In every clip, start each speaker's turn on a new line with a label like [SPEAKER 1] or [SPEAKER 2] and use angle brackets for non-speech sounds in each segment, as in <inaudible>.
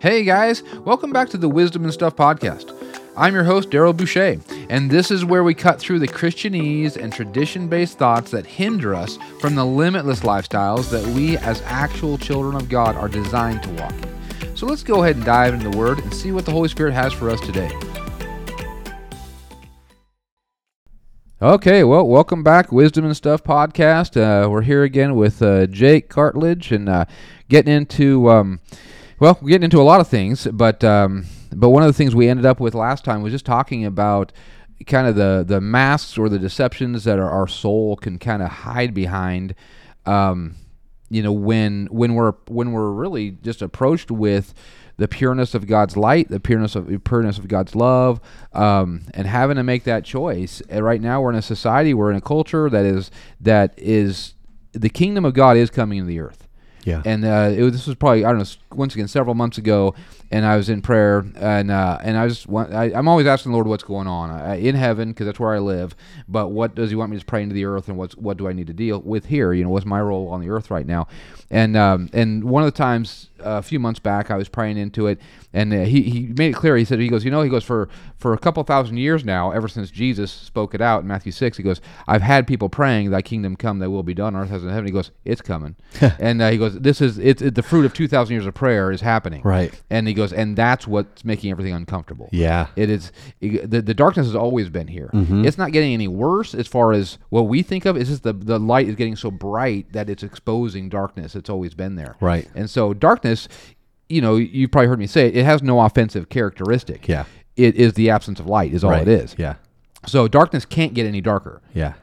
[SPEAKER 1] Hey guys, welcome back to the Wisdom and Stuff podcast. I'm your host, Daryl Boucher, and this is where we cut through the Christianese and tradition based thoughts that hinder us from the limitless lifestyles that we, as actual children of God, are designed to walk in. So let's go ahead and dive into the Word and see what the Holy Spirit has for us today. Okay, well, welcome back, Wisdom and Stuff podcast. Uh, we're here again with uh, Jake Cartledge and uh, getting into um, well, we're getting into a lot of things, but um, but one of the things we ended up with last time was just talking about kind of the the masks or the deceptions that our, our soul can kind of hide behind. Um, you know, when when we're when we're really just approached with the pureness of God's light, the pureness of pureness of God's love, um, and having to make that choice. And right now, we're in a society, we're in a culture that is that is the kingdom of God is coming to the earth.
[SPEAKER 2] Yeah.
[SPEAKER 1] And uh, it was, this was probably I don't know s- once again several months ago, and I was in prayer, and uh, and I just want, I, I'm always asking the Lord what's going on I, in heaven because that's where I live. But what does He want me to pray into the earth, and what's what do I need to deal with here? You know, what's my role on the earth right now? And um, and one of the times a few months back, I was praying into it, and uh, he he made it clear. He said he goes, you know, he goes for for a couple thousand years now, ever since Jesus spoke it out in Matthew six. He goes, I've had people praying, "Thy kingdom come, Thy will be done on earth as in heaven." He goes, "It's
[SPEAKER 2] <laughs>
[SPEAKER 1] coming," and uh, he goes, "This is it's it, the fruit of two thousand years of prayer is happening."
[SPEAKER 2] Right.
[SPEAKER 1] And he goes, and that's what's making everything uncomfortable.
[SPEAKER 2] Yeah.
[SPEAKER 1] It is the, the darkness has always been here.
[SPEAKER 2] Mm-hmm.
[SPEAKER 1] It's not getting any worse as far as what we think of. It's just the the light is getting so bright that it's exposing darkness. It's always been there.
[SPEAKER 2] Right.
[SPEAKER 1] And so darkness, you know, you've probably heard me say it, it has no offensive characteristic.
[SPEAKER 2] Yeah.
[SPEAKER 1] It is the absence of light is all it is.
[SPEAKER 2] Yeah.
[SPEAKER 1] So darkness can't get any darker. <laughs>
[SPEAKER 2] Yeah.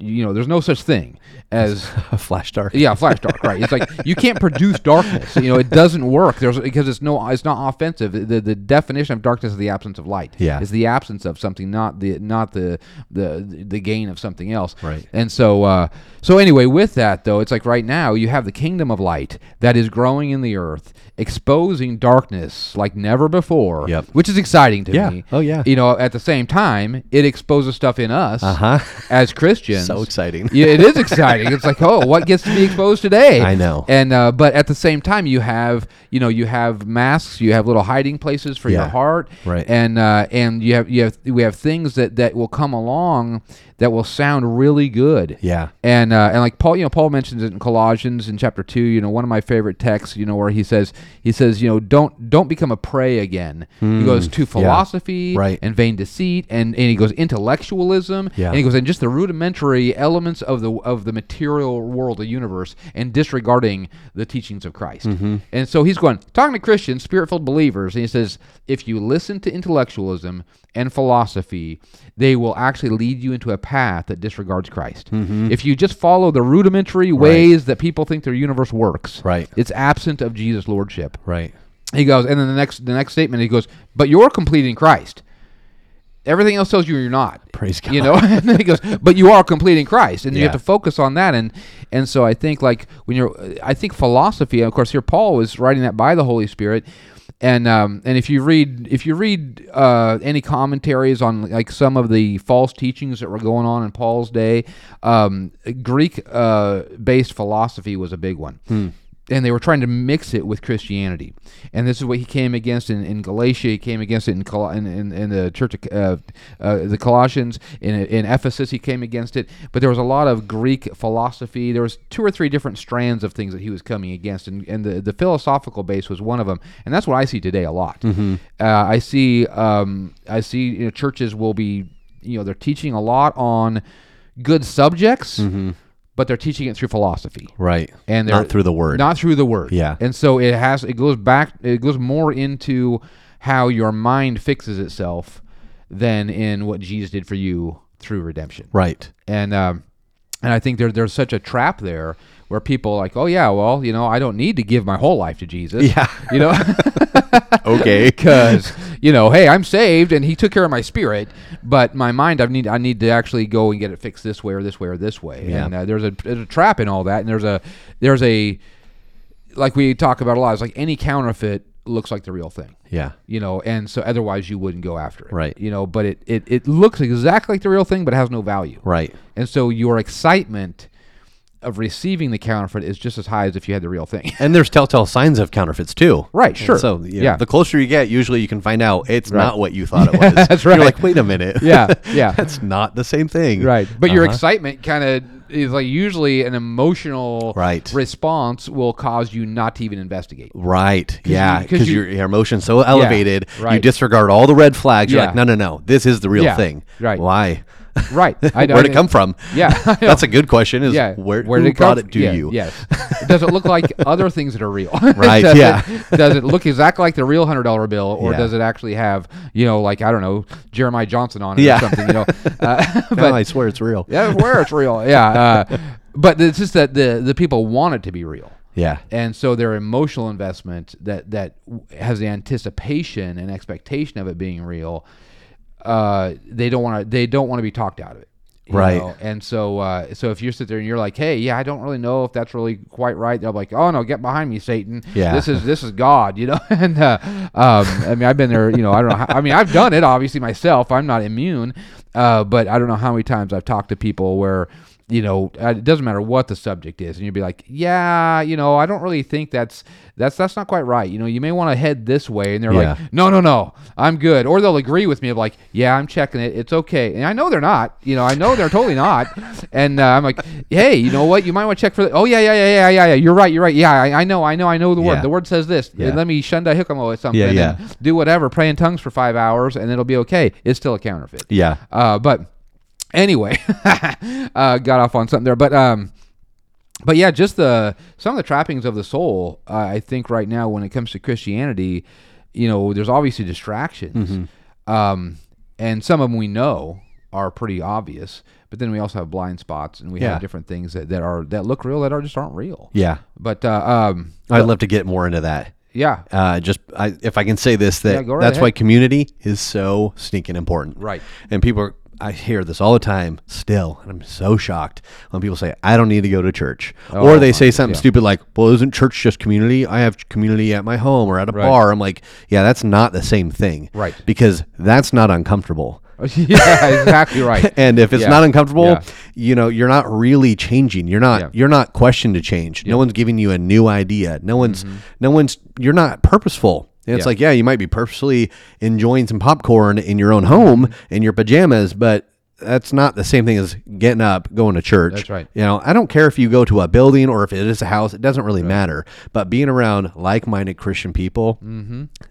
[SPEAKER 1] You know, there's no such thing as
[SPEAKER 2] Flash dark.
[SPEAKER 1] yeah, flash dark, right? It's like you can't produce darkness. You know, it doesn't work. There's because it's no, it's not offensive. The, the definition of darkness is the absence of light.
[SPEAKER 2] Yeah.
[SPEAKER 1] it's the absence of something, not the not the the the gain of something else.
[SPEAKER 2] Right.
[SPEAKER 1] And so, uh, so anyway, with that though, it's like right now you have the kingdom of light that is growing in the earth, exposing darkness like never before.
[SPEAKER 2] Yep.
[SPEAKER 1] Which is exciting to
[SPEAKER 2] Yeah.
[SPEAKER 1] me.
[SPEAKER 2] Oh, yeah.
[SPEAKER 1] You know, at the same time, it exposes stuff in us
[SPEAKER 2] Uh-huh.
[SPEAKER 1] as Christians.
[SPEAKER 2] <laughs> So exciting.
[SPEAKER 1] <laughs> Yeah, it is exciting. It's like, oh, what gets to be exposed today?
[SPEAKER 2] I know.
[SPEAKER 1] And uh, but at the same time, you have you know you have masks, you have little hiding places for your
[SPEAKER 2] Yeah.
[SPEAKER 1] heart,
[SPEAKER 2] Right.
[SPEAKER 1] And uh, and you have you have we have things that that will come along that will sound really good.
[SPEAKER 2] Yeah.
[SPEAKER 1] And uh, and like Paul, you know, Paul mentions it in Colossians in chapter two. You know, one of my favorite texts. You know, where he says he says you know don't don't become a prey again. he goes to philosophy
[SPEAKER 2] Hmm. Right.
[SPEAKER 1] and vain deceit, and, and he goes intellectualism,
[SPEAKER 2] Yeah.
[SPEAKER 1] and he goes and just the rudimentary elements of the of the material world, the universe, and disregarding the teachings of Christ. And so he's going talking to Christians, spirit filled believers, and he says if you listen to intellectualism and philosophy, they will actually lead you into a path that disregards Christ. If you just follow the rudimentary ways that people think their universe works,
[SPEAKER 2] Right.
[SPEAKER 1] it's absent of Jesus' lordship.
[SPEAKER 2] Right.
[SPEAKER 1] He goes, and then the next the next statement, he goes, but you're complete in Christ. Everything else tells you you're not.
[SPEAKER 2] Praise
[SPEAKER 1] You know, <laughs> and then he goes, but you are complete in Christ, and you
[SPEAKER 2] Yeah.
[SPEAKER 1] have to focus on that. And and so I think like when you're, I think philosophy. Of course, here Paul was writing that by the Holy Spirit, and um, and if you read if you read uh, any commentaries on like some of the false teachings that were going on in Paul's day, um, Greek uh, based philosophy was a big one
[SPEAKER 2] Hmm.
[SPEAKER 1] and they were trying to mix it with Christianity. And this is what he came against in, in Galatia. He came against it in, Col- in, in, in the church of uh, uh, the Colossians. In, in Ephesus, he came against it. But there was a lot of Greek philosophy. There was two or three different strands of things that he was coming against, and, and the, the philosophical base was one of them. And that's what I see today a lot. Uh, I see um, I see you know, churches will be you know they're teaching a lot on good subjects. But they're teaching it through philosophy
[SPEAKER 2] Right.
[SPEAKER 1] and they're-
[SPEAKER 2] not through the word.
[SPEAKER 1] not through the word
[SPEAKER 2] Yeah.
[SPEAKER 1] and so it has it goes back it goes more into how your mind fixes itself than in what jesus did for you through redemption
[SPEAKER 2] right. <laughs>
[SPEAKER 1] and um and i think there, there's such a trap there where people are like oh yeah well you know i don't need to give my whole life to jesus
[SPEAKER 2] Yeah.
[SPEAKER 1] you
[SPEAKER 2] <laughs>
[SPEAKER 1] know
[SPEAKER 2] Okay.
[SPEAKER 1] because you know hey i'm saved and he took care of my spirit but my mind i need i need to actually go and get it fixed this way or this way or this way
[SPEAKER 2] Yeah.
[SPEAKER 1] and uh, there's a there's a trap in all that and there's a there's a like we talk about a lot it's like any counterfeit looks like the real thing
[SPEAKER 2] yeah.
[SPEAKER 1] you know and so otherwise you wouldn't go after it
[SPEAKER 2] Right.
[SPEAKER 1] you know but it it, it looks exactly like the real thing but it has no value
[SPEAKER 2] Right.
[SPEAKER 1] and so your excitement of receiving the counterfeit is just as high as if you had the real thing.
[SPEAKER 2] And there's telltale signs of counterfeits too.
[SPEAKER 1] Right, sure.
[SPEAKER 2] So you know,
[SPEAKER 1] Yeah.
[SPEAKER 2] the closer you get, usually you can find out it's not what you
[SPEAKER 1] <laughs>
[SPEAKER 2] thought it was.
[SPEAKER 1] That's
[SPEAKER 2] You're
[SPEAKER 1] right.
[SPEAKER 2] like, wait a minute.
[SPEAKER 1] Yeah, <laughs> yeah.
[SPEAKER 2] <laughs> That's not the same
[SPEAKER 1] <laughs>
[SPEAKER 2] thing.
[SPEAKER 1] right. But your
[SPEAKER 2] Uh-huh.
[SPEAKER 1] excitement kind of is like usually an emotional
[SPEAKER 2] Right.
[SPEAKER 1] response will cause you not to even investigate.
[SPEAKER 2] Uh-huh. Right. Yeah.
[SPEAKER 1] you- 'cause
[SPEAKER 2] Because
[SPEAKER 1] you-
[SPEAKER 2] your, your emotion's so elevated, you
[SPEAKER 1] right.
[SPEAKER 2] disregard all the red flags. You're
[SPEAKER 1] Yeah.
[SPEAKER 2] like, no, no, no. This is the real
[SPEAKER 1] Yeah,
[SPEAKER 2] thing.
[SPEAKER 1] right.
[SPEAKER 2] Why?
[SPEAKER 1] Right.
[SPEAKER 2] <laughs>
[SPEAKER 1] I know.
[SPEAKER 2] Where'd it come from?
[SPEAKER 1] <laughs>
[SPEAKER 2] <laughs>
[SPEAKER 1] Yeah. I know.
[SPEAKER 2] That's a good question. Is
[SPEAKER 1] yeah.
[SPEAKER 2] where,
[SPEAKER 1] Where
[SPEAKER 2] who
[SPEAKER 1] did it
[SPEAKER 2] brought
[SPEAKER 1] come?
[SPEAKER 2] it to
[SPEAKER 1] yeah,
[SPEAKER 2] <laughs> you?
[SPEAKER 1] Yes. Does it look like other things that are real? <laughs>
[SPEAKER 2] Right,
[SPEAKER 1] does
[SPEAKER 2] yeah.
[SPEAKER 1] It, does it look exactly like the real hundred dollar bill, or
[SPEAKER 2] Yeah.
[SPEAKER 1] does it actually have you know like I don't know Jeremiah Johnson on it
[SPEAKER 2] Yeah.
[SPEAKER 1] or something?
[SPEAKER 2] <laughs>
[SPEAKER 1] You know. Uh, <laughs>
[SPEAKER 2] No,
[SPEAKER 1] but
[SPEAKER 2] I swear it's real.
[SPEAKER 1] yeah, where it's real. Yeah. Uh, but it's just that the the people want it to be real.
[SPEAKER 2] Yeah.
[SPEAKER 1] and so their emotional investment that that w- has the anticipation and expectation of it being real uh, they don't want to they don't want to be talked out of it you
[SPEAKER 2] Right.
[SPEAKER 1] know? and so uh, so if you sit there and you're like hey yeah i don't really know if that's really quite right they'll be like oh no get behind me satan
[SPEAKER 2] Yeah.
[SPEAKER 1] this is this is god you know <laughs> and uh, um, i mean i've been there you know i don't know how, i mean i've done it obviously myself i'm not immune uh, but i don't know how many times i've talked to people where you know, uh, it doesn't matter what the subject is, and you'd be like, "Yeah, you know, I don't really think that's that's that's not quite right." You know, you may want to head this way, and they're
[SPEAKER 2] Yeah.
[SPEAKER 1] like, "No, no, no, I'm good," or they'll agree with me of like, "Yeah, I'm checking it, it's okay," and I know they're not. You know, I know they're totally not, <laughs> and uh, I'm like, "Hey, you know what? You might want to check for the. Oh yeah, yeah, yeah, yeah, yeah, yeah. You're right, you're right. Yeah, I, I know, I know, I know the
[SPEAKER 2] Yeah.
[SPEAKER 1] word. The word says this.
[SPEAKER 2] Yeah.
[SPEAKER 1] Let me shunda hickamo at something.
[SPEAKER 2] Yeah, yeah.
[SPEAKER 1] And do whatever. Pray in tongues for five hours, and it'll be okay. It's still a counterfeit.
[SPEAKER 2] Yeah.
[SPEAKER 1] Uh, but anyway, <laughs> uh, got off on something there. But um, but yeah, just the some of the trappings of the soul. Uh, I think right now, when it comes to Christianity, you know, there's obviously distractions,
[SPEAKER 2] Mm-hmm.
[SPEAKER 1] um, and some of them we know are pretty obvious. But then we also have blind spots, and we
[SPEAKER 2] Yeah.
[SPEAKER 1] have different things that, that are that look real that are just aren't real.
[SPEAKER 2] Yeah.
[SPEAKER 1] But uh, um,
[SPEAKER 2] I'd love to get more into that.
[SPEAKER 1] yeah, <laughs>
[SPEAKER 2] Uh, just I, if I can say this, that
[SPEAKER 1] Yeah, go right
[SPEAKER 2] that's why
[SPEAKER 1] ahead.
[SPEAKER 2] community is so sneaking important.
[SPEAKER 1] Right.
[SPEAKER 2] And people are, I hear this all the time still, and I'm so shocked when people say, I don't need to go to church.
[SPEAKER 1] Oh,
[SPEAKER 2] or they say something stupid like, well, isn't church just community? I have community at my home or at a bar. I'm like, yeah, that's not the same thing.
[SPEAKER 1] Right.
[SPEAKER 2] Because that's not uncomfortable.
[SPEAKER 1] yeah, exactly right.
[SPEAKER 2] <laughs> And if it's
[SPEAKER 1] Yeah.
[SPEAKER 2] not uncomfortable,
[SPEAKER 1] Yeah.
[SPEAKER 2] you know, you're not really changing. You're not
[SPEAKER 1] Yeah.
[SPEAKER 2] you're not questioned to change. No one's giving you a new idea. No one's no one's you're not purposeful. And it's
[SPEAKER 1] Mm-hmm. Yeah.
[SPEAKER 2] like, yeah, you might be purposely enjoying some popcorn in your own home
[SPEAKER 1] Mm-hmm.
[SPEAKER 2] in your pajamas, but that's not the same thing as getting up, going to church.
[SPEAKER 1] That's right.
[SPEAKER 2] You know, I don't care if you go to a building or if it is a house, it doesn't really matter. But being around like minded Christian people,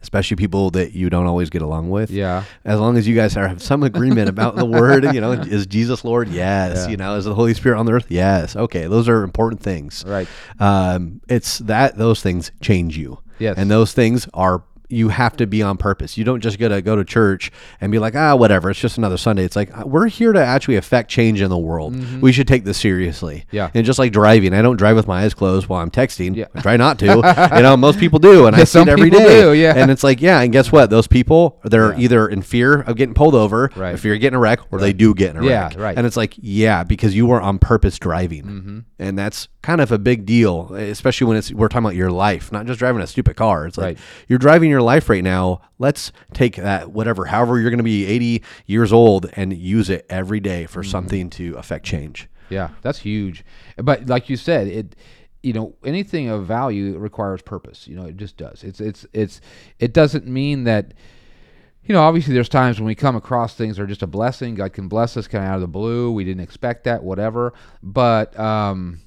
[SPEAKER 2] especially people that you don't always get along with,
[SPEAKER 1] Mm-hmm. Yeah.
[SPEAKER 2] as long as you guys are, have some agreement
[SPEAKER 1] <laughs>
[SPEAKER 2] about the word, you know, is Jesus Lord? Yes. You know, is the Holy Spirit on the earth? Yes. Okay. Those are important things.
[SPEAKER 1] Right.
[SPEAKER 2] Um, it's that those things change you.
[SPEAKER 1] Yes.
[SPEAKER 2] And those things are you have to be on purpose. You don't just gotta go to church and be like, ah, whatever. It's just another Sunday. It's like uh, we're here to actually affect change in the world. We should take this seriously.
[SPEAKER 1] Mm-hmm. Yeah.
[SPEAKER 2] And just like driving, I don't drive with my eyes closed while I'm texting.
[SPEAKER 1] Yeah.
[SPEAKER 2] I
[SPEAKER 1] <laughs>
[SPEAKER 2] try not to. you know, most people do, and I see
[SPEAKER 1] Some
[SPEAKER 2] it every
[SPEAKER 1] people
[SPEAKER 2] day.
[SPEAKER 1] do, yeah.
[SPEAKER 2] And it's like, yeah, and guess what? Those people they're either in fear of getting pulled over,
[SPEAKER 1] Right.
[SPEAKER 2] if you're getting a wreck, or they do get in a
[SPEAKER 1] Yeah,
[SPEAKER 2] wreck.
[SPEAKER 1] right.
[SPEAKER 2] And it's like, yeah, because you were on purpose driving. And that's kind of a big deal, especially when it's we're talking about your life, not just driving a stupid car. It's
[SPEAKER 1] Right.
[SPEAKER 2] like you're driving your life right now. Let's take that whatever, however you're gonna be eighty years old and use it every day for something to affect change.
[SPEAKER 1] Yeah, that's huge. But like you said, it you know anything of value requires purpose. You know, it just does. It's it's it's it doesn't mean that you know, obviously there's times when we come across things that are just a blessing. God can bless us kind of out of the blue. We didn't expect that, whatever. But um,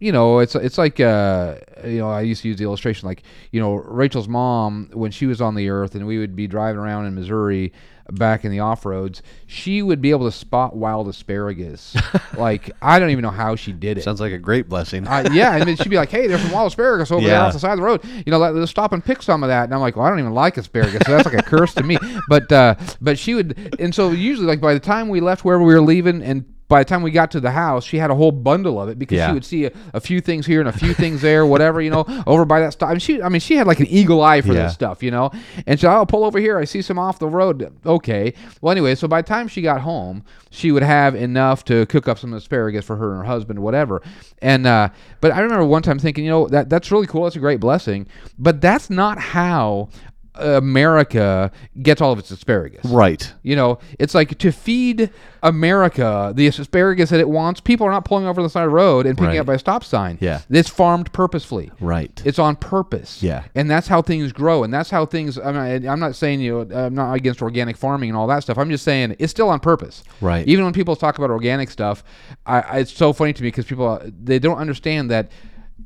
[SPEAKER 1] you know, it's it's like uh, you know, I used to use the illustration like, you know, Rachel's mom when she was on the earth and we would be driving around in Missouri back in the off roads, she would be able to spot wild asparagus. like I don't even know how she did it.
[SPEAKER 2] Sounds like a great
[SPEAKER 1] <laughs>
[SPEAKER 2] blessing.
[SPEAKER 1] I, yeah, I mean, she'd be like, "Hey, there's some wild asparagus over there
[SPEAKER 2] Yeah.
[SPEAKER 1] off the side of the road. You know, let, us stop and pick some of that." And I'm like, "Well, I don't even like asparagus, so that's like a curse to me." <laughs> But uh, but she would, and so usually, like by the time we left wherever we were leaving, and by the time we got to the house, she had a whole bundle of it because
[SPEAKER 2] Yeah.
[SPEAKER 1] she would see a, a few things here and a few things there, whatever you know, over by that stop. I mean, she, I mean, she had like an eagle eye for
[SPEAKER 2] Yeah.
[SPEAKER 1] this stuff, you know. And so I'll pull over here. I see some off the road. Okay. Well, anyway, so by the time she got home, she would have enough to cook up some asparagus for her and her husband, whatever. And uh, but I remember one time thinking, you know, that that's really cool. That's a great blessing. But that's not how America gets all of its asparagus.
[SPEAKER 2] Right.
[SPEAKER 1] You know, it's like to feed America the asparagus that it wants. People are not pulling over the side of the road and picking
[SPEAKER 2] Right.
[SPEAKER 1] up by a stop sign.
[SPEAKER 2] Yeah.
[SPEAKER 1] it's farmed purposefully.
[SPEAKER 2] Right.
[SPEAKER 1] It's on purpose.
[SPEAKER 2] Yeah.
[SPEAKER 1] and that's how things grow, and that's how things. I mean, I- I'm not saying you. know, I'm not against organic farming and all that stuff. I'm just saying it's still on purpose.
[SPEAKER 2] Right.
[SPEAKER 1] Even when people talk about organic stuff, I, I it's so funny to me because people uh, they don't understand that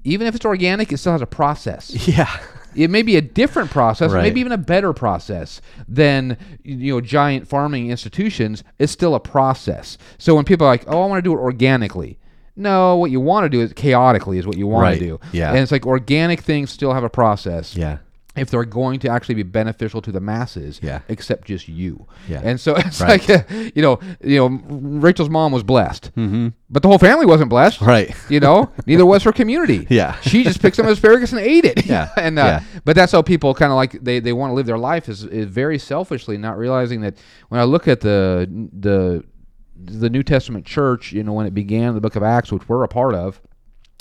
[SPEAKER 1] even if it's organic, it still has a process
[SPEAKER 2] <laughs> yeah.
[SPEAKER 1] it may be a different process,
[SPEAKER 2] Right.
[SPEAKER 1] maybe even a better process than you know giant farming institutions. It's still a process. So when people are like, "Oh, I want to do it organically," no, what you want to do is chaotically is what you want
[SPEAKER 2] Right.
[SPEAKER 1] to do.
[SPEAKER 2] Yeah.
[SPEAKER 1] and it's like organic things still have a process.
[SPEAKER 2] Yeah.
[SPEAKER 1] If they're going to actually be beneficial to the masses,
[SPEAKER 2] Yeah.
[SPEAKER 1] except just you,
[SPEAKER 2] Yeah.
[SPEAKER 1] and so <laughs> it's like
[SPEAKER 2] Right.
[SPEAKER 1] uh, you know, you know, Rachel's mom was blessed, mm-hmm. but the whole family wasn't blessed,
[SPEAKER 2] Right.
[SPEAKER 1] <laughs> you know, neither was her community.
[SPEAKER 2] <laughs> Yeah.
[SPEAKER 1] she just picked some asparagus and ate it.
[SPEAKER 2] <laughs> Yeah.
[SPEAKER 1] <laughs> and uh,
[SPEAKER 2] Yeah.
[SPEAKER 1] but that's how people kind of like they, they want to live their life is, is very selfishly, not realizing that when I look at the the the New Testament church, you know, when it began the Book of Acts, which we're a part of,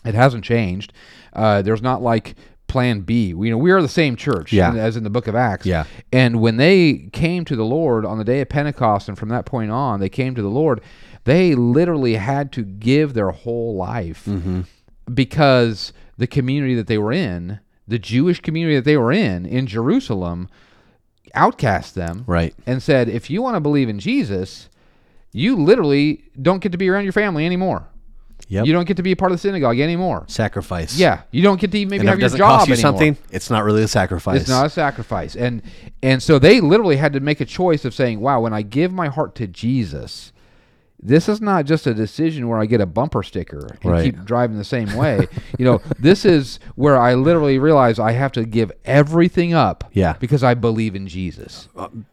[SPEAKER 1] it hasn't changed. Uh, there's not like Plan B. We, you know, we are the same church
[SPEAKER 2] Yeah.
[SPEAKER 1] in- as in the Book of Acts.
[SPEAKER 2] Yeah.
[SPEAKER 1] And when they came to the Lord on the day of Pentecost, and from that point on, they came to the Lord, they literally had to give their whole life
[SPEAKER 2] Mm-hmm.
[SPEAKER 1] because the community that they were in, the Jewish community that they were in, in Jerusalem, outcast them
[SPEAKER 2] Right.
[SPEAKER 1] and said, if you want to believe in Jesus, you literally don't get to be around your family anymore.
[SPEAKER 2] Yep.
[SPEAKER 1] You don't get to be a part of the synagogue anymore.
[SPEAKER 2] sacrifice.
[SPEAKER 1] Yeah, you don't get to even maybe
[SPEAKER 2] And if
[SPEAKER 1] have
[SPEAKER 2] it
[SPEAKER 1] your
[SPEAKER 2] doesn't
[SPEAKER 1] job
[SPEAKER 2] cost you
[SPEAKER 1] anymore.
[SPEAKER 2] something, it's not really a sacrifice.
[SPEAKER 1] It's not a sacrifice. And and so they literally had to make a choice of saying, "Wow, when I give my heart to Jesus, this is not just a decision where I get a bumper sticker and
[SPEAKER 2] Right.
[SPEAKER 1] keep driving the same
[SPEAKER 2] <laughs>
[SPEAKER 1] way. you know, this is where I literally realize I have to give everything up
[SPEAKER 2] Yeah. Uh,
[SPEAKER 1] because I believe in Jesus."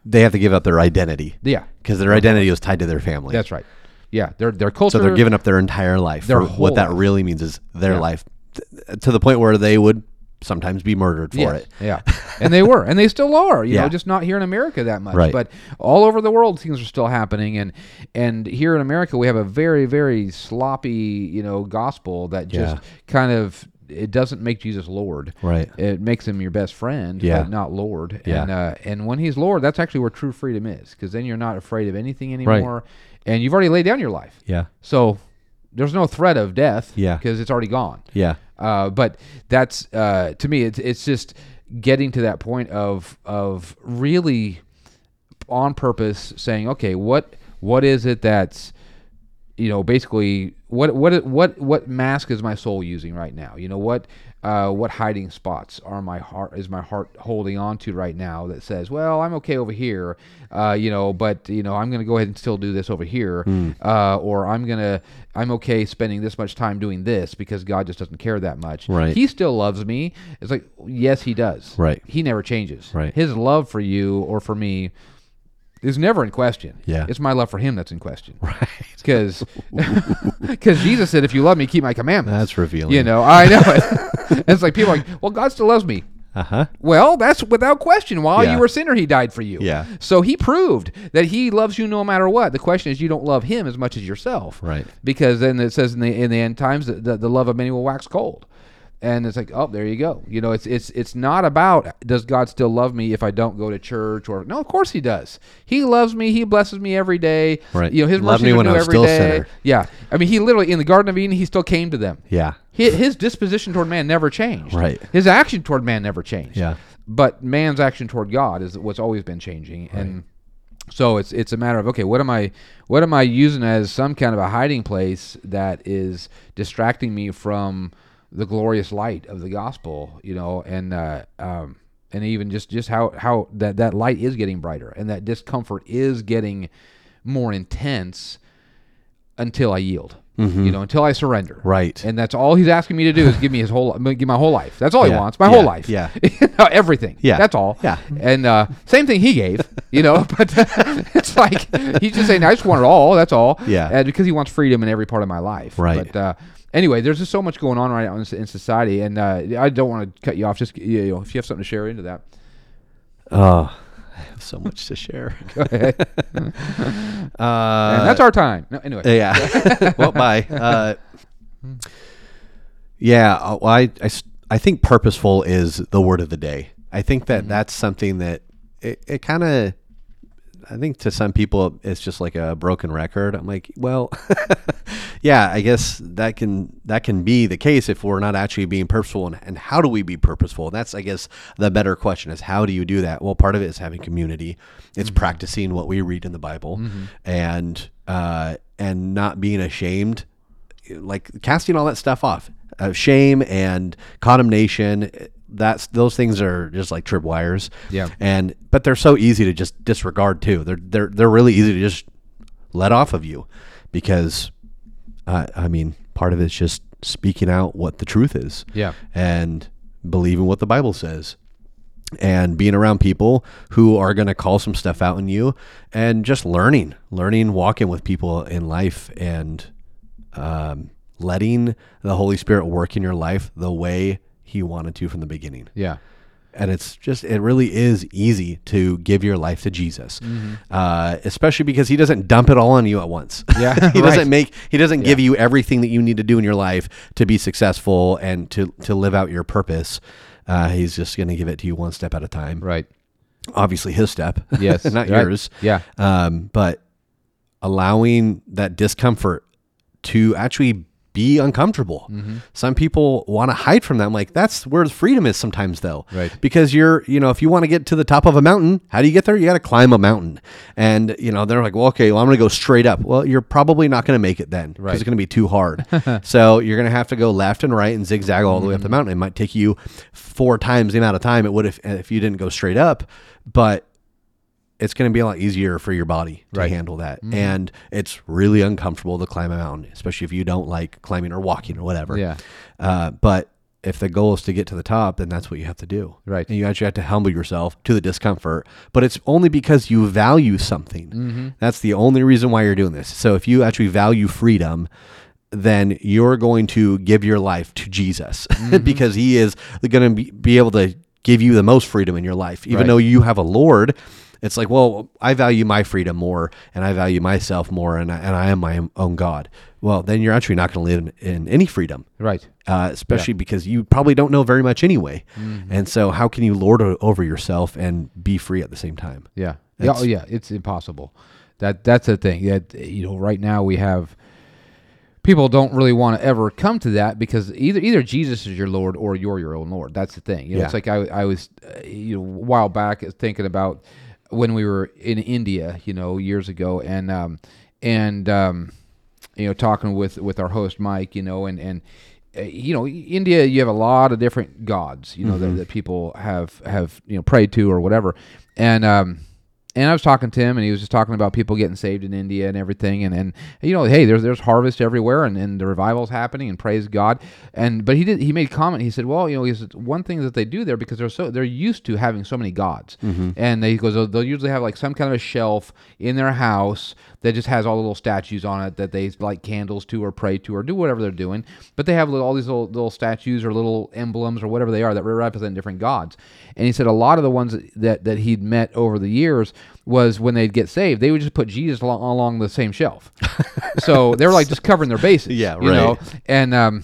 [SPEAKER 2] They have to give up their identity.
[SPEAKER 1] Yeah.
[SPEAKER 2] Because their identity was tied to their family.
[SPEAKER 1] That's right. Yeah, their their culture
[SPEAKER 2] so they're giving up their entire life.
[SPEAKER 1] Their
[SPEAKER 2] for
[SPEAKER 1] whole
[SPEAKER 2] what that
[SPEAKER 1] life.
[SPEAKER 2] really means is their life, Th- to the point where they would sometimes be murdered for
[SPEAKER 1] Yes.
[SPEAKER 2] it.
[SPEAKER 1] Yeah. and they were, and they still are,
[SPEAKER 2] <laughs>
[SPEAKER 1] you know,
[SPEAKER 2] Yeah.
[SPEAKER 1] just not here in America that much.
[SPEAKER 2] Right.
[SPEAKER 1] But all over the world things are still happening and and here in America we have a very, very sloppy, you know, gospel that just
[SPEAKER 2] Yeah.
[SPEAKER 1] kind of it doesn't make Jesus Lord.
[SPEAKER 2] Right.
[SPEAKER 1] It makes him your best friend,
[SPEAKER 2] Yeah.
[SPEAKER 1] but not Lord.
[SPEAKER 2] Yeah.
[SPEAKER 1] And uh, and when he's Lord, that's actually where true freedom is, because then you're not afraid of anything anymore. And you've already laid down your life.
[SPEAKER 2] Yeah.
[SPEAKER 1] So there's no threat of death
[SPEAKER 2] Yeah.
[SPEAKER 1] because it's already gone.
[SPEAKER 2] Yeah.
[SPEAKER 1] Uh, but that's uh, to me, it's it's just getting to that point of of really on purpose saying, okay, what what is it that's you know basically what what what what mask is my soul using right now? You know what uh, what hiding spots are my heart is my heart holding on to right now that says, well, I'm okay over here, uh, you know, but you know I'm going to go ahead and still do this over here,
[SPEAKER 2] Hmm.
[SPEAKER 1] uh, or I'm gonna I'm okay spending this much time doing this because God just doesn't care that much.
[SPEAKER 2] Right.
[SPEAKER 1] He still loves me. It's like yes, he does.
[SPEAKER 2] Right.
[SPEAKER 1] He never changes.
[SPEAKER 2] Right.
[SPEAKER 1] His love for you or for me is never in question.
[SPEAKER 2] Yeah.
[SPEAKER 1] It's my love for him that's in
[SPEAKER 2] <laughs>
[SPEAKER 1] question. Right. Because Jesus said, if you love me, keep my commandments.
[SPEAKER 2] That's revealing.
[SPEAKER 1] You know, I know it. <laughs> it's like people are like, well, God still loves me.
[SPEAKER 2] Uh huh.
[SPEAKER 1] Well, that's without question. While
[SPEAKER 2] Yeah.
[SPEAKER 1] you were a sinner, he died for you.
[SPEAKER 2] Yeah.
[SPEAKER 1] So he proved that he loves you no matter what. The question is, you don't love him as much as yourself.
[SPEAKER 2] Right.
[SPEAKER 1] Because then it says in the in the end times that the, the love of many will wax cold. And it's like, oh, there you go. You know, it's it's it's not about does God still love me if I don't go to church or no, of course he does. He loves me. He blesses me every day.
[SPEAKER 2] Right.
[SPEAKER 1] You know, his
[SPEAKER 2] Loved
[SPEAKER 1] mercies
[SPEAKER 2] me
[SPEAKER 1] are
[SPEAKER 2] when
[SPEAKER 1] new
[SPEAKER 2] I was
[SPEAKER 1] every
[SPEAKER 2] still a
[SPEAKER 1] day.
[SPEAKER 2] sinner.
[SPEAKER 1] Yeah. I mean, he literally in the Garden of Eden, he still came to them.
[SPEAKER 2] Yeah.
[SPEAKER 1] His, his disposition toward man never changed.
[SPEAKER 2] Right.
[SPEAKER 1] His action toward man never changed.
[SPEAKER 2] Yeah.
[SPEAKER 1] But man's action toward God is what's always been changing, and so it's it's a matter of okay, what am I what am I using as some kind of a hiding place that is distracting me from the glorious light of the gospel, you know, and uh, um, and even just just how how that that light is getting brighter and that discomfort is getting more intense until I yield. You know, until I surrender.
[SPEAKER 2] Mm-hmm. Right.
[SPEAKER 1] And that's all he's asking me to do is give me his whole, give my whole life. That's all he
[SPEAKER 2] Yeah.
[SPEAKER 1] wants, my
[SPEAKER 2] Yeah.
[SPEAKER 1] whole life.
[SPEAKER 2] Yeah.
[SPEAKER 1] <laughs> You know, everything.
[SPEAKER 2] Yeah.
[SPEAKER 1] That's all.
[SPEAKER 2] Yeah.
[SPEAKER 1] And uh, same thing he gave, you know, <laughs> but it's like he's just saying, I just want it all. That's all.
[SPEAKER 2] Yeah.
[SPEAKER 1] And because he wants freedom in every part of my life.
[SPEAKER 2] Right.
[SPEAKER 1] But uh, anyway, there's just so much going on right now in, s- in society. And uh, I don't want to cut you off. Just, you know, if you have something to share into that.
[SPEAKER 2] Oh, I have so much
[SPEAKER 1] <laughs>
[SPEAKER 2] to share.
[SPEAKER 1] And
[SPEAKER 2] <laughs> uh,
[SPEAKER 1] that's our time. No, anyway.
[SPEAKER 2] yeah. <laughs> well, bye. Uh, yeah. uh, well, I, I s- I think purposeful is the word of the day. I think that that's something that it, it kind of. I think to some people it's just like a broken record. I'm like, well, <laughs> yeah, I guess that can that can be the case if we're not actually being purposeful. And, and how do we be purposeful? And that's, I guess, the better question is how do you do that? Well, part of it is having community. It's practicing what we read in the Bible, and uh, and not being ashamed like casting all that stuff off uh, shame and condemnation eh, that's those things are just like tripwires
[SPEAKER 1] Yeah.
[SPEAKER 2] and but they're so easy to just disregard too they're they're they're really easy to just let off of you because uh, i mean part of it's just speaking out what the truth is
[SPEAKER 1] Yeah.
[SPEAKER 2] and believing what the bible says and being around people who are going to call some stuff out in you and just learning learning walking with people in life and um, letting the holy spirit work in your life the way he wanted to from the beginning
[SPEAKER 1] Yeah.
[SPEAKER 2] and it's just it really is easy to give your life to jesus
[SPEAKER 1] Mm-hmm.
[SPEAKER 2] uh, especially because he doesn't dump it all on you at once
[SPEAKER 1] Yeah,
[SPEAKER 2] <laughs>
[SPEAKER 1] <laughs>
[SPEAKER 2] he
[SPEAKER 1] right.
[SPEAKER 2] doesn't make he doesn't give you everything that you need to do in your life to be successful and to to live out your purpose uh, he's just going to give it to you one step at a time
[SPEAKER 1] Right.
[SPEAKER 2] obviously his step <laughs>
[SPEAKER 1] Yes.
[SPEAKER 2] not
[SPEAKER 1] Right.
[SPEAKER 2] yours
[SPEAKER 1] Yeah.
[SPEAKER 2] um, but allowing that discomfort to actually be uncomfortable.
[SPEAKER 1] Mm-hmm.
[SPEAKER 2] Some people want to hide from that. I'm like, that's where freedom is sometimes, though.
[SPEAKER 1] Right.
[SPEAKER 2] Because you're, you know, if you want to get to the top of a mountain, how do you get there? You got to climb a mountain. And, you know, they're like, well, okay, well, I'm going to go straight up. Well, you're probably not going to make it then because
[SPEAKER 1] Right.
[SPEAKER 2] it's going to be
[SPEAKER 1] <laughs>
[SPEAKER 2] too hard. so you're going to have to go left and right and zigzag all the
[SPEAKER 1] Mm-hmm.
[SPEAKER 2] way up the mountain. It might take you four times the amount of time it would if, if you didn't go straight up. But it's going to be a lot easier for your body to
[SPEAKER 1] Right.
[SPEAKER 2] handle that. And it's really uncomfortable to climb a mountain, especially if you don't like climbing or walking or whatever.
[SPEAKER 1] Yeah.
[SPEAKER 2] Uh, but if the goal is to get to the top, then that's what you have to do.
[SPEAKER 1] Right.
[SPEAKER 2] And you actually have to humble yourself to the discomfort, but it's only because you value something.
[SPEAKER 1] Mm-hmm.
[SPEAKER 2] That's the only reason why you're doing this. So if you actually value freedom, then you're going to give your life to Jesus <laughs>
[SPEAKER 1] Mm-hmm.
[SPEAKER 2] because he is going to be, be able to give you the most freedom in your life. Even
[SPEAKER 1] Right.
[SPEAKER 2] though you have a Lord, it's like, well, I value my freedom more and I value myself more and I, and I am my own God. Well, then you're actually not going to live in, in any freedom
[SPEAKER 1] Right.
[SPEAKER 2] uh, especially because you probably don't know very much anyway.
[SPEAKER 1] Mm-hmm.
[SPEAKER 2] And so, how can you lord o- over yourself and be free at the same time?
[SPEAKER 1] Yeah. Yeah. Oh, yeah. It's impossible. That that's the thing. That you know, right now we have people don't really want to ever come to that because either either Jesus is your Lord or you're your own Lord. That's the thing. You know,
[SPEAKER 2] Yeah.
[SPEAKER 1] It's like I I was uh, you know a while back I was thinking about when we were in India, you know, years ago, and um and um you know talking with with our host Mike, you know, and and. uh, You know, India. You have a lot of different gods. You know that, that people have have you know prayed to or whatever, and um, and I was talking to him, and he was just talking about people getting saved in India and everything, and, and you know, hey, there's there's harvest everywhere, and, and the revival's happening, and praise God. And but he did he made a comment. He said, well, you know, he said one thing that they do there because they're so they're used to having so many gods, and they, he goes, they'll, they'll usually have like some kind of a shelf in their house that just has all the little statues on it that they light candles to or pray to or do whatever they're doing. But they have little, all these little little statues or little emblems or whatever they are that represent different gods. And he said a lot of the ones that that he'd met over the years was when they'd get saved, they would just put Jesus along, along the same
[SPEAKER 2] <laughs>
[SPEAKER 1] shelf. so they were like just covering their bases.
[SPEAKER 2] Yeah,
[SPEAKER 1] you know?
[SPEAKER 2] right.
[SPEAKER 1] And um,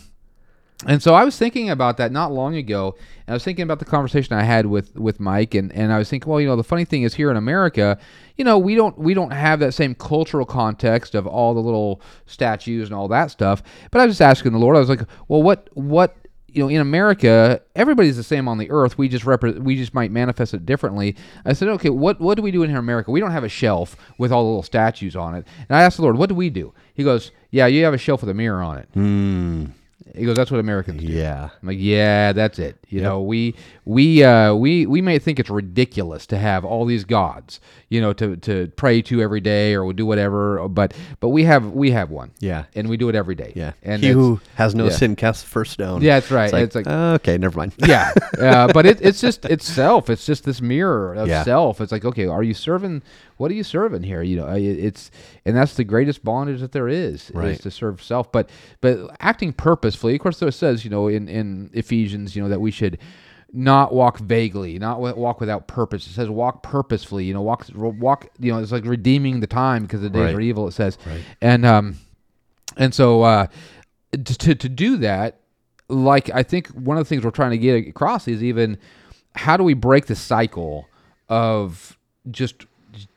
[SPEAKER 1] and so I was thinking about that not long ago, and I was thinking about the conversation I had with with Mike, and, and I was thinking, well, you know, the funny thing is here in America, you know, we don't we don't have that same cultural context of all the little statues and all that stuff. But I was just asking the Lord, I was like, well, what what you know, in America, everybody's the same on the earth. We just repre- we just might manifest it differently. I said, okay, what what do we do in here in America? We don't have a shelf with all the little statues on it. And I asked the Lord, what do we do? He goes, yeah, you have a shelf with a mirror on it. He goes, that's what Americans do.
[SPEAKER 2] Yeah.
[SPEAKER 1] I'm like, yeah, that's it. You know, we we uh, we we may think it's ridiculous to have all these gods, you know, to, to pray to every day or we do whatever, but but we have we have one.
[SPEAKER 2] Yeah.
[SPEAKER 1] and we do it every day.
[SPEAKER 2] Yeah.
[SPEAKER 1] and
[SPEAKER 2] he
[SPEAKER 1] it's-
[SPEAKER 2] who has no
[SPEAKER 1] yeah.
[SPEAKER 2] sin casts the first stone.
[SPEAKER 1] Yeah, that's right.
[SPEAKER 2] It's like,
[SPEAKER 1] It's like-
[SPEAKER 2] okay, never mind. <laughs>
[SPEAKER 1] yeah, uh, but it, it's just itself. It's just this mirror of
[SPEAKER 2] Yeah.
[SPEAKER 1] self. It's like, okay, are you serving? What are you serving here? You know, I- it's and that's the greatest bondage that there is is
[SPEAKER 2] Right.
[SPEAKER 1] to serve self. But but acting purposefully, of course, though it says you know in in Ephesians, you know that we should not walk vaguely, not wa- walk without purpose. It says walk purposefully. You know, walk walk. You know, it's like redeeming the time because the days
[SPEAKER 2] Right.
[SPEAKER 1] are evil. It says, and um, and so uh, to, to to do that, like I think one of the things we're trying to get across is even how do we break the cycle of just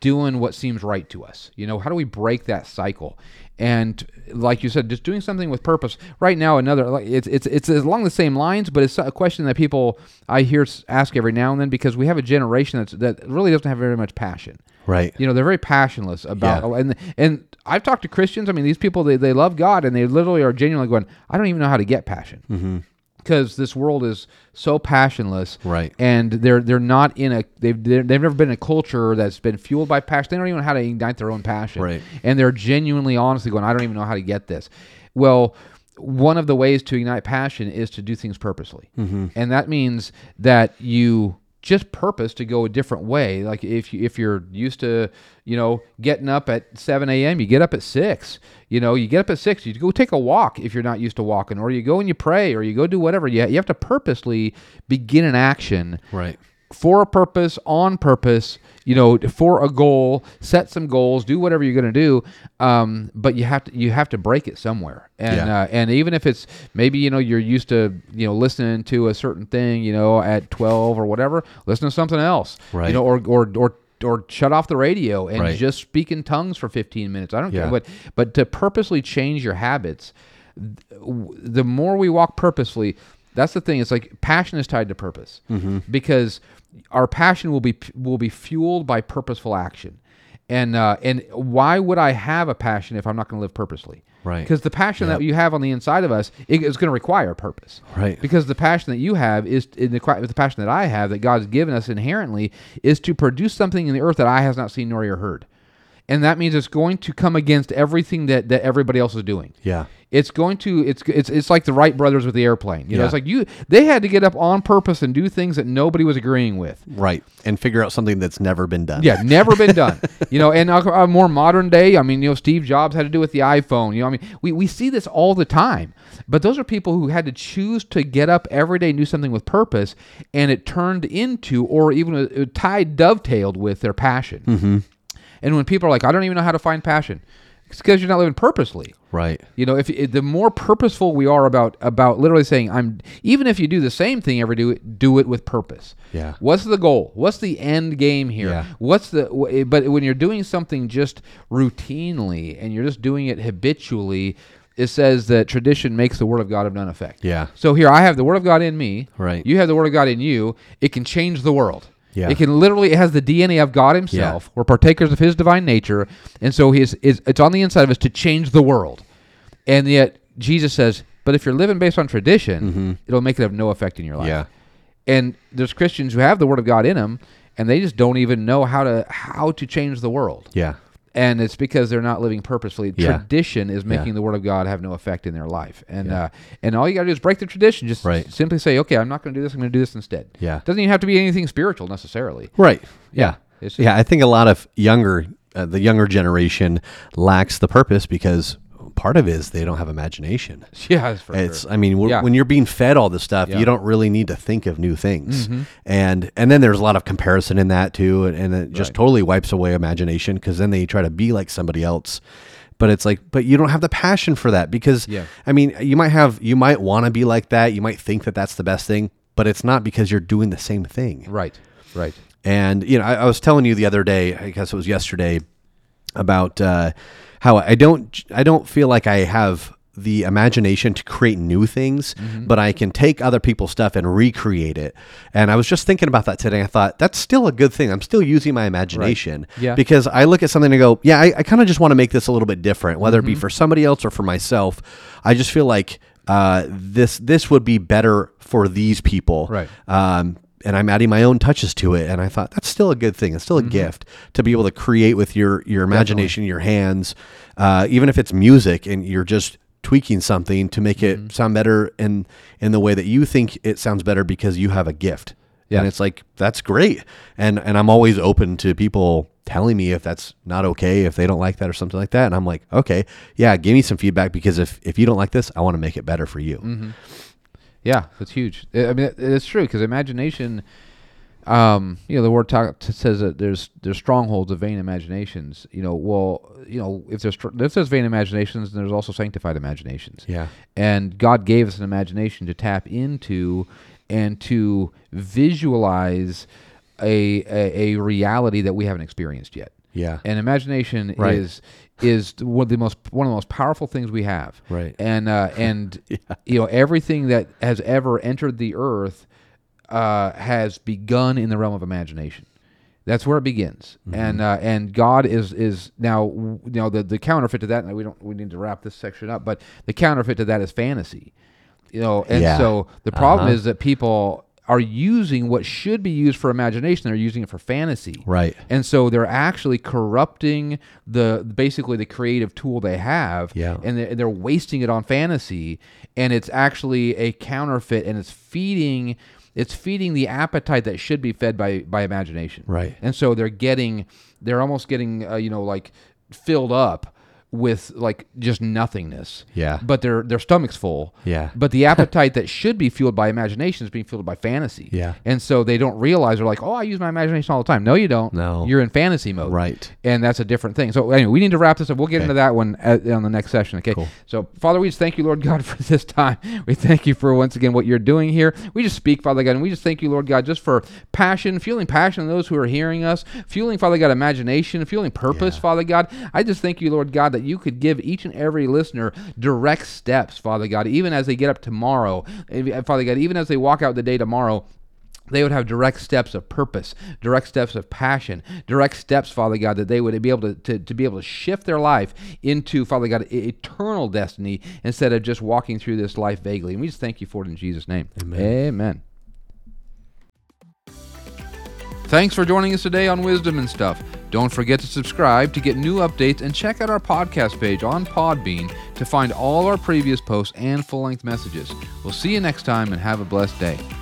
[SPEAKER 1] doing what seems right to us? You know, how do we break that cycle? And like you said, just doing something with purpose. Right now, another like, it's it's it's along the same lines, but it's a question that people I hear s- ask every now and then because we have a generation that's that really doesn't have very much passion.
[SPEAKER 2] Right.
[SPEAKER 1] You know, they're very passionless about and and I've talked to Christians. I mean, these people they, they love God and they literally are genuinely going, I don't even know how to get passion. Mm-hmm because this world is so passionless,
[SPEAKER 2] Right.
[SPEAKER 1] And they're they're not in a they've they're, they've never been in a culture that's been fueled by passion. They don't even know how to ignite their own passion,
[SPEAKER 2] Right.
[SPEAKER 1] And they're genuinely, honestly going, I don't even know how to get this. Well, one of the ways to ignite passion is to do things purposely, and that means that you just purpose to go a different way. Like if you, if you're used to you know getting up at 7 a.m., you get up at six. You know, you get up at six, you go take a walk if you're not used to walking, or you go and you pray, or you go do whatever. You, you have to purposely begin an action
[SPEAKER 2] Right.
[SPEAKER 1] for a purpose, on purpose, you know, for a goal, set some goals, do whatever you're going to do. Um, but you have to you have to break it somewhere. And
[SPEAKER 2] Yeah.
[SPEAKER 1] uh, and even if it's maybe you know you're used to you know listening to a certain thing, you know, at 12 or whatever, listen to something else,
[SPEAKER 2] Right.
[SPEAKER 1] You know, or or or or shut off the radio and
[SPEAKER 2] Right.
[SPEAKER 1] just speak in tongues for 15 minutes. I don't care
[SPEAKER 2] Yeah.
[SPEAKER 1] what, but to purposely change your habits, the more we walk purposefully, that's the thing. It's like passion is tied to purpose
[SPEAKER 2] Mm-hmm.
[SPEAKER 1] because our passion will be will be fueled by purposeful action. And uh, and why would I have a passion if I'm not going to live purposely?
[SPEAKER 2] Right.
[SPEAKER 1] Because the passion that you have on the inside of us it is going to require purpose.
[SPEAKER 2] Right.
[SPEAKER 1] Because the passion that you have is in the, the passion that I have that God's given us inherently is to produce something in the earth that I has not seen nor ear heard. And that means it's going to come against everything that, that everybody else is doing
[SPEAKER 2] Yeah.
[SPEAKER 1] it's going to it's it's it's like the Wright brothers with the airplane. You know,
[SPEAKER 2] Yeah.
[SPEAKER 1] it's like you they had to get up on purpose and do things that nobody was agreeing with.
[SPEAKER 2] Right. And figure out something that's never been done.
[SPEAKER 1] Yeah, never been done. You know, and a, a more modern day, I mean, you know, Steve Jobs had to do with the iPhone. You know, I mean, we, we see this all the time. But those are people who had to choose to get up every day and do something with purpose, and it turned into or even uh, tied dovetailed with their passion. Mm-hmm. And when people are like, I don't even know how to find passion, it's because you're not living purposely.
[SPEAKER 2] Right.
[SPEAKER 1] You know, if, if the more purposeful we are about about literally saying, "I'm," even if you do the same thing every do it, do it with purpose.
[SPEAKER 2] Yeah.
[SPEAKER 1] What's the goal? What's the end game here?
[SPEAKER 2] Yeah.
[SPEAKER 1] What's the? wh- eh, But when you're doing something just routinely and you're just doing it habitually, it says that tradition makes the word of God of none effect.
[SPEAKER 2] Yeah.
[SPEAKER 1] So here I have the word of God in me.
[SPEAKER 2] Right.
[SPEAKER 1] You have the word of God in you. It can change the world.
[SPEAKER 2] Yeah.
[SPEAKER 1] It can literally it has the DNA of God Himself. We're partakers of His divine nature, and so He is, is it's on the inside of us to change the world. And yet Jesus says, "But if you're living based on tradition, it'll make it have no effect in your life."
[SPEAKER 2] Mm-hmm. Yeah.
[SPEAKER 1] And there's Christians who have the Word of God in them, and they just don't even know how to how to change the world.
[SPEAKER 2] Yeah.
[SPEAKER 1] And it's because they're not living purposefully.
[SPEAKER 2] Yeah.
[SPEAKER 1] Tradition is making the Word of God have no effect in their life, and uh, and all you got to do is break the tradition. Just
[SPEAKER 2] Right.
[SPEAKER 1] simply say, "Okay, I'm not going to do this. I'm going to do this instead."
[SPEAKER 2] Yeah.
[SPEAKER 1] Doesn't even have to be anything spiritual necessarily. <laughs>
[SPEAKER 2] Right. Yeah.
[SPEAKER 1] It's-
[SPEAKER 2] yeah. I think a lot of younger, uh, the younger generation lacks the purpose because part of it is they don't have imagination.
[SPEAKER 1] Yeah, that's for sure.
[SPEAKER 2] It's, I mean, w
[SPEAKER 1] Yeah.
[SPEAKER 2] when you're being fed all this stuff, you don't really need to think of new things.
[SPEAKER 1] Mm-hmm.
[SPEAKER 2] And and then there's a lot of comparison in that too, and, and it just totally wipes away imagination because then they try to be like somebody else. But it's like, but you don't have the passion for that because,
[SPEAKER 1] Yeah.
[SPEAKER 2] I mean, you might have, you might want to be like that. You might think that that's the best thing, but it's not because you're doing the same thing.
[SPEAKER 1] Right, right.
[SPEAKER 2] And you know, I, I was telling you the other day, I guess it was yesterday, about uh, how I don't, I don't feel like I have the imagination to create new things, but I can take other people's stuff and recreate it. And I was just thinking about that today. I thought that's still a good thing. I'm still using my imagination
[SPEAKER 1] Yeah.
[SPEAKER 2] because I look at something and go, yeah, I, I kind of just want to make this a little bit different, whether it be for somebody else or for myself. I just feel like uh, this this would be better for these people,
[SPEAKER 1] Right.
[SPEAKER 2] um, and I'm adding my own touches to it. And I thought that's still a good thing. It's still a
[SPEAKER 1] Mm-hmm.
[SPEAKER 2] gift to be able to create with your your imagination, your hands, uh, even if it's music, and you're just tweaking something to make
[SPEAKER 1] Mm-hmm.
[SPEAKER 2] it sound better in in the way that you think it sounds better because you have a gift.
[SPEAKER 1] Yeah.
[SPEAKER 2] And it's like that's great. And and I'm always open to people telling me if that's not okay, if they don't like that or something like that. And I'm like, okay, yeah, give me some feedback because if if you don't like this, I want to make it better for you.
[SPEAKER 1] Mm-hmm. Yeah, that's huge. I I mean, it- it's true because imagination. Um, you know, the word talk t- says that there's there's strongholds of vain imaginations. You know, well, you know, if there's str- if there's vain imaginations, then there's also sanctified imaginations.
[SPEAKER 2] Yeah.
[SPEAKER 1] and God gave us an imagination to tap into and to visualize a, a, a reality that we haven't experienced yet.
[SPEAKER 2] Yeah.
[SPEAKER 1] And imagination
[SPEAKER 2] Right.
[SPEAKER 1] is is one of the most one of the most powerful things we have.
[SPEAKER 2] Right.
[SPEAKER 1] And
[SPEAKER 2] <laughs>
[SPEAKER 1] uh, and you know everything that has ever entered the earth uh, has begun in the realm of imagination. That's where it begins.
[SPEAKER 2] Mm-hmm.
[SPEAKER 1] And uh, and God is is now you know the the counterfeit to that. And we don't we need to wrap this section up, but the counterfeit to that is fantasy. You know, and
[SPEAKER 2] Yeah. Uh-huh.
[SPEAKER 1] so the problem is that people are using what should be used for imagination. They're using it for fantasy.
[SPEAKER 2] Right.
[SPEAKER 1] And so they're actually corrupting the basically the creative tool they have,
[SPEAKER 2] Yeah.
[SPEAKER 1] and they're, they're wasting it on fantasy, and it's actually a counterfeit, and it's feeding it's feeding the appetite that should be fed by by imagination,
[SPEAKER 2] Right.
[SPEAKER 1] And so they're getting they're almost getting uh, you know like filled up with like just nothingness,
[SPEAKER 2] Yeah.
[SPEAKER 1] But their their stomach's full,
[SPEAKER 2] Yeah.
[SPEAKER 1] But
[SPEAKER 2] <laughs>
[SPEAKER 1] the appetite that should be fueled by imagination is being fueled by fantasy,
[SPEAKER 2] Yeah.
[SPEAKER 1] and so they don't realize they're like, oh, I use my imagination all the time. No, you don't.
[SPEAKER 2] No.
[SPEAKER 1] You're in fantasy mode.
[SPEAKER 2] Right.
[SPEAKER 1] And that's a different thing. So anyway, we need to wrap this up. We'll get into that one at, on the next session. Okay. So Father, we just thank you, Lord God, <laughs> for this time. We thank you for once again what you're doing here. We just speak, Father God, and we just thank you, Lord God, just for passion, fueling passion in those who are hearing us, fueling Father God imagination, fueling purpose, Father God. I just thank you, Lord God, that you could give each and every listener direct steps, Father God, even as they get up tomorrow, eh, Father God, even as they walk out the day tomorrow they would have direct steps of purpose, direct steps of passion, direct steps, Father God, that they would be able to, to, to be able to shift their life into, Father God, e- eternal destiny instead of just walking through this life vaguely. And we just thank you for it in Jesus' name. Amen. Amen. Thanks for joining us today on Wisdom and Stuff. Don't forget to subscribe to get new updates and check out our podcast page on Podbean to find all our previous posts and full length messages. We'll see you next time and have a blessed day.